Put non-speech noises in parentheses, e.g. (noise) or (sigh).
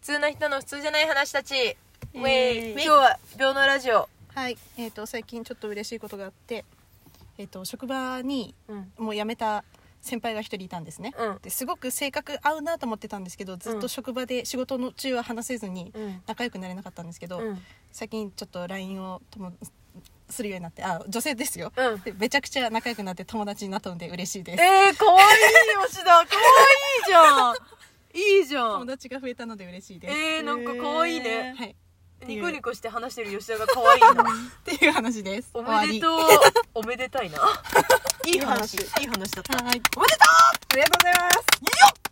通な人の普通じゃない話たちウェイイェ今イ日は病のラジオはい、えー、と最近ちょっと嬉しいことがあって、えー、と職場にうんもう辞めた先輩が一人いたんですね、うんですごく性格合うなと思ってたんですけどずっうんと職場で仕事の中は話せずにうん仲良くなれなかったんですけど、うん最近ちょっと LINE をともするようになってあ女性ですよ、うんでめちゃくちゃ仲良くなって友達になったので嬉しいですえー、かわいい吉田かわいいじゃんいいじゃ友ん達が増えたので嬉しいです、えー、なんかかわいいね、はい、ニコニコして話してる吉田がかわいいなっていう話ですおめで (laughs) 終わ (laughs) とうおめでたいないい話いい話だっりはいおめでとうありがとうございますいいよ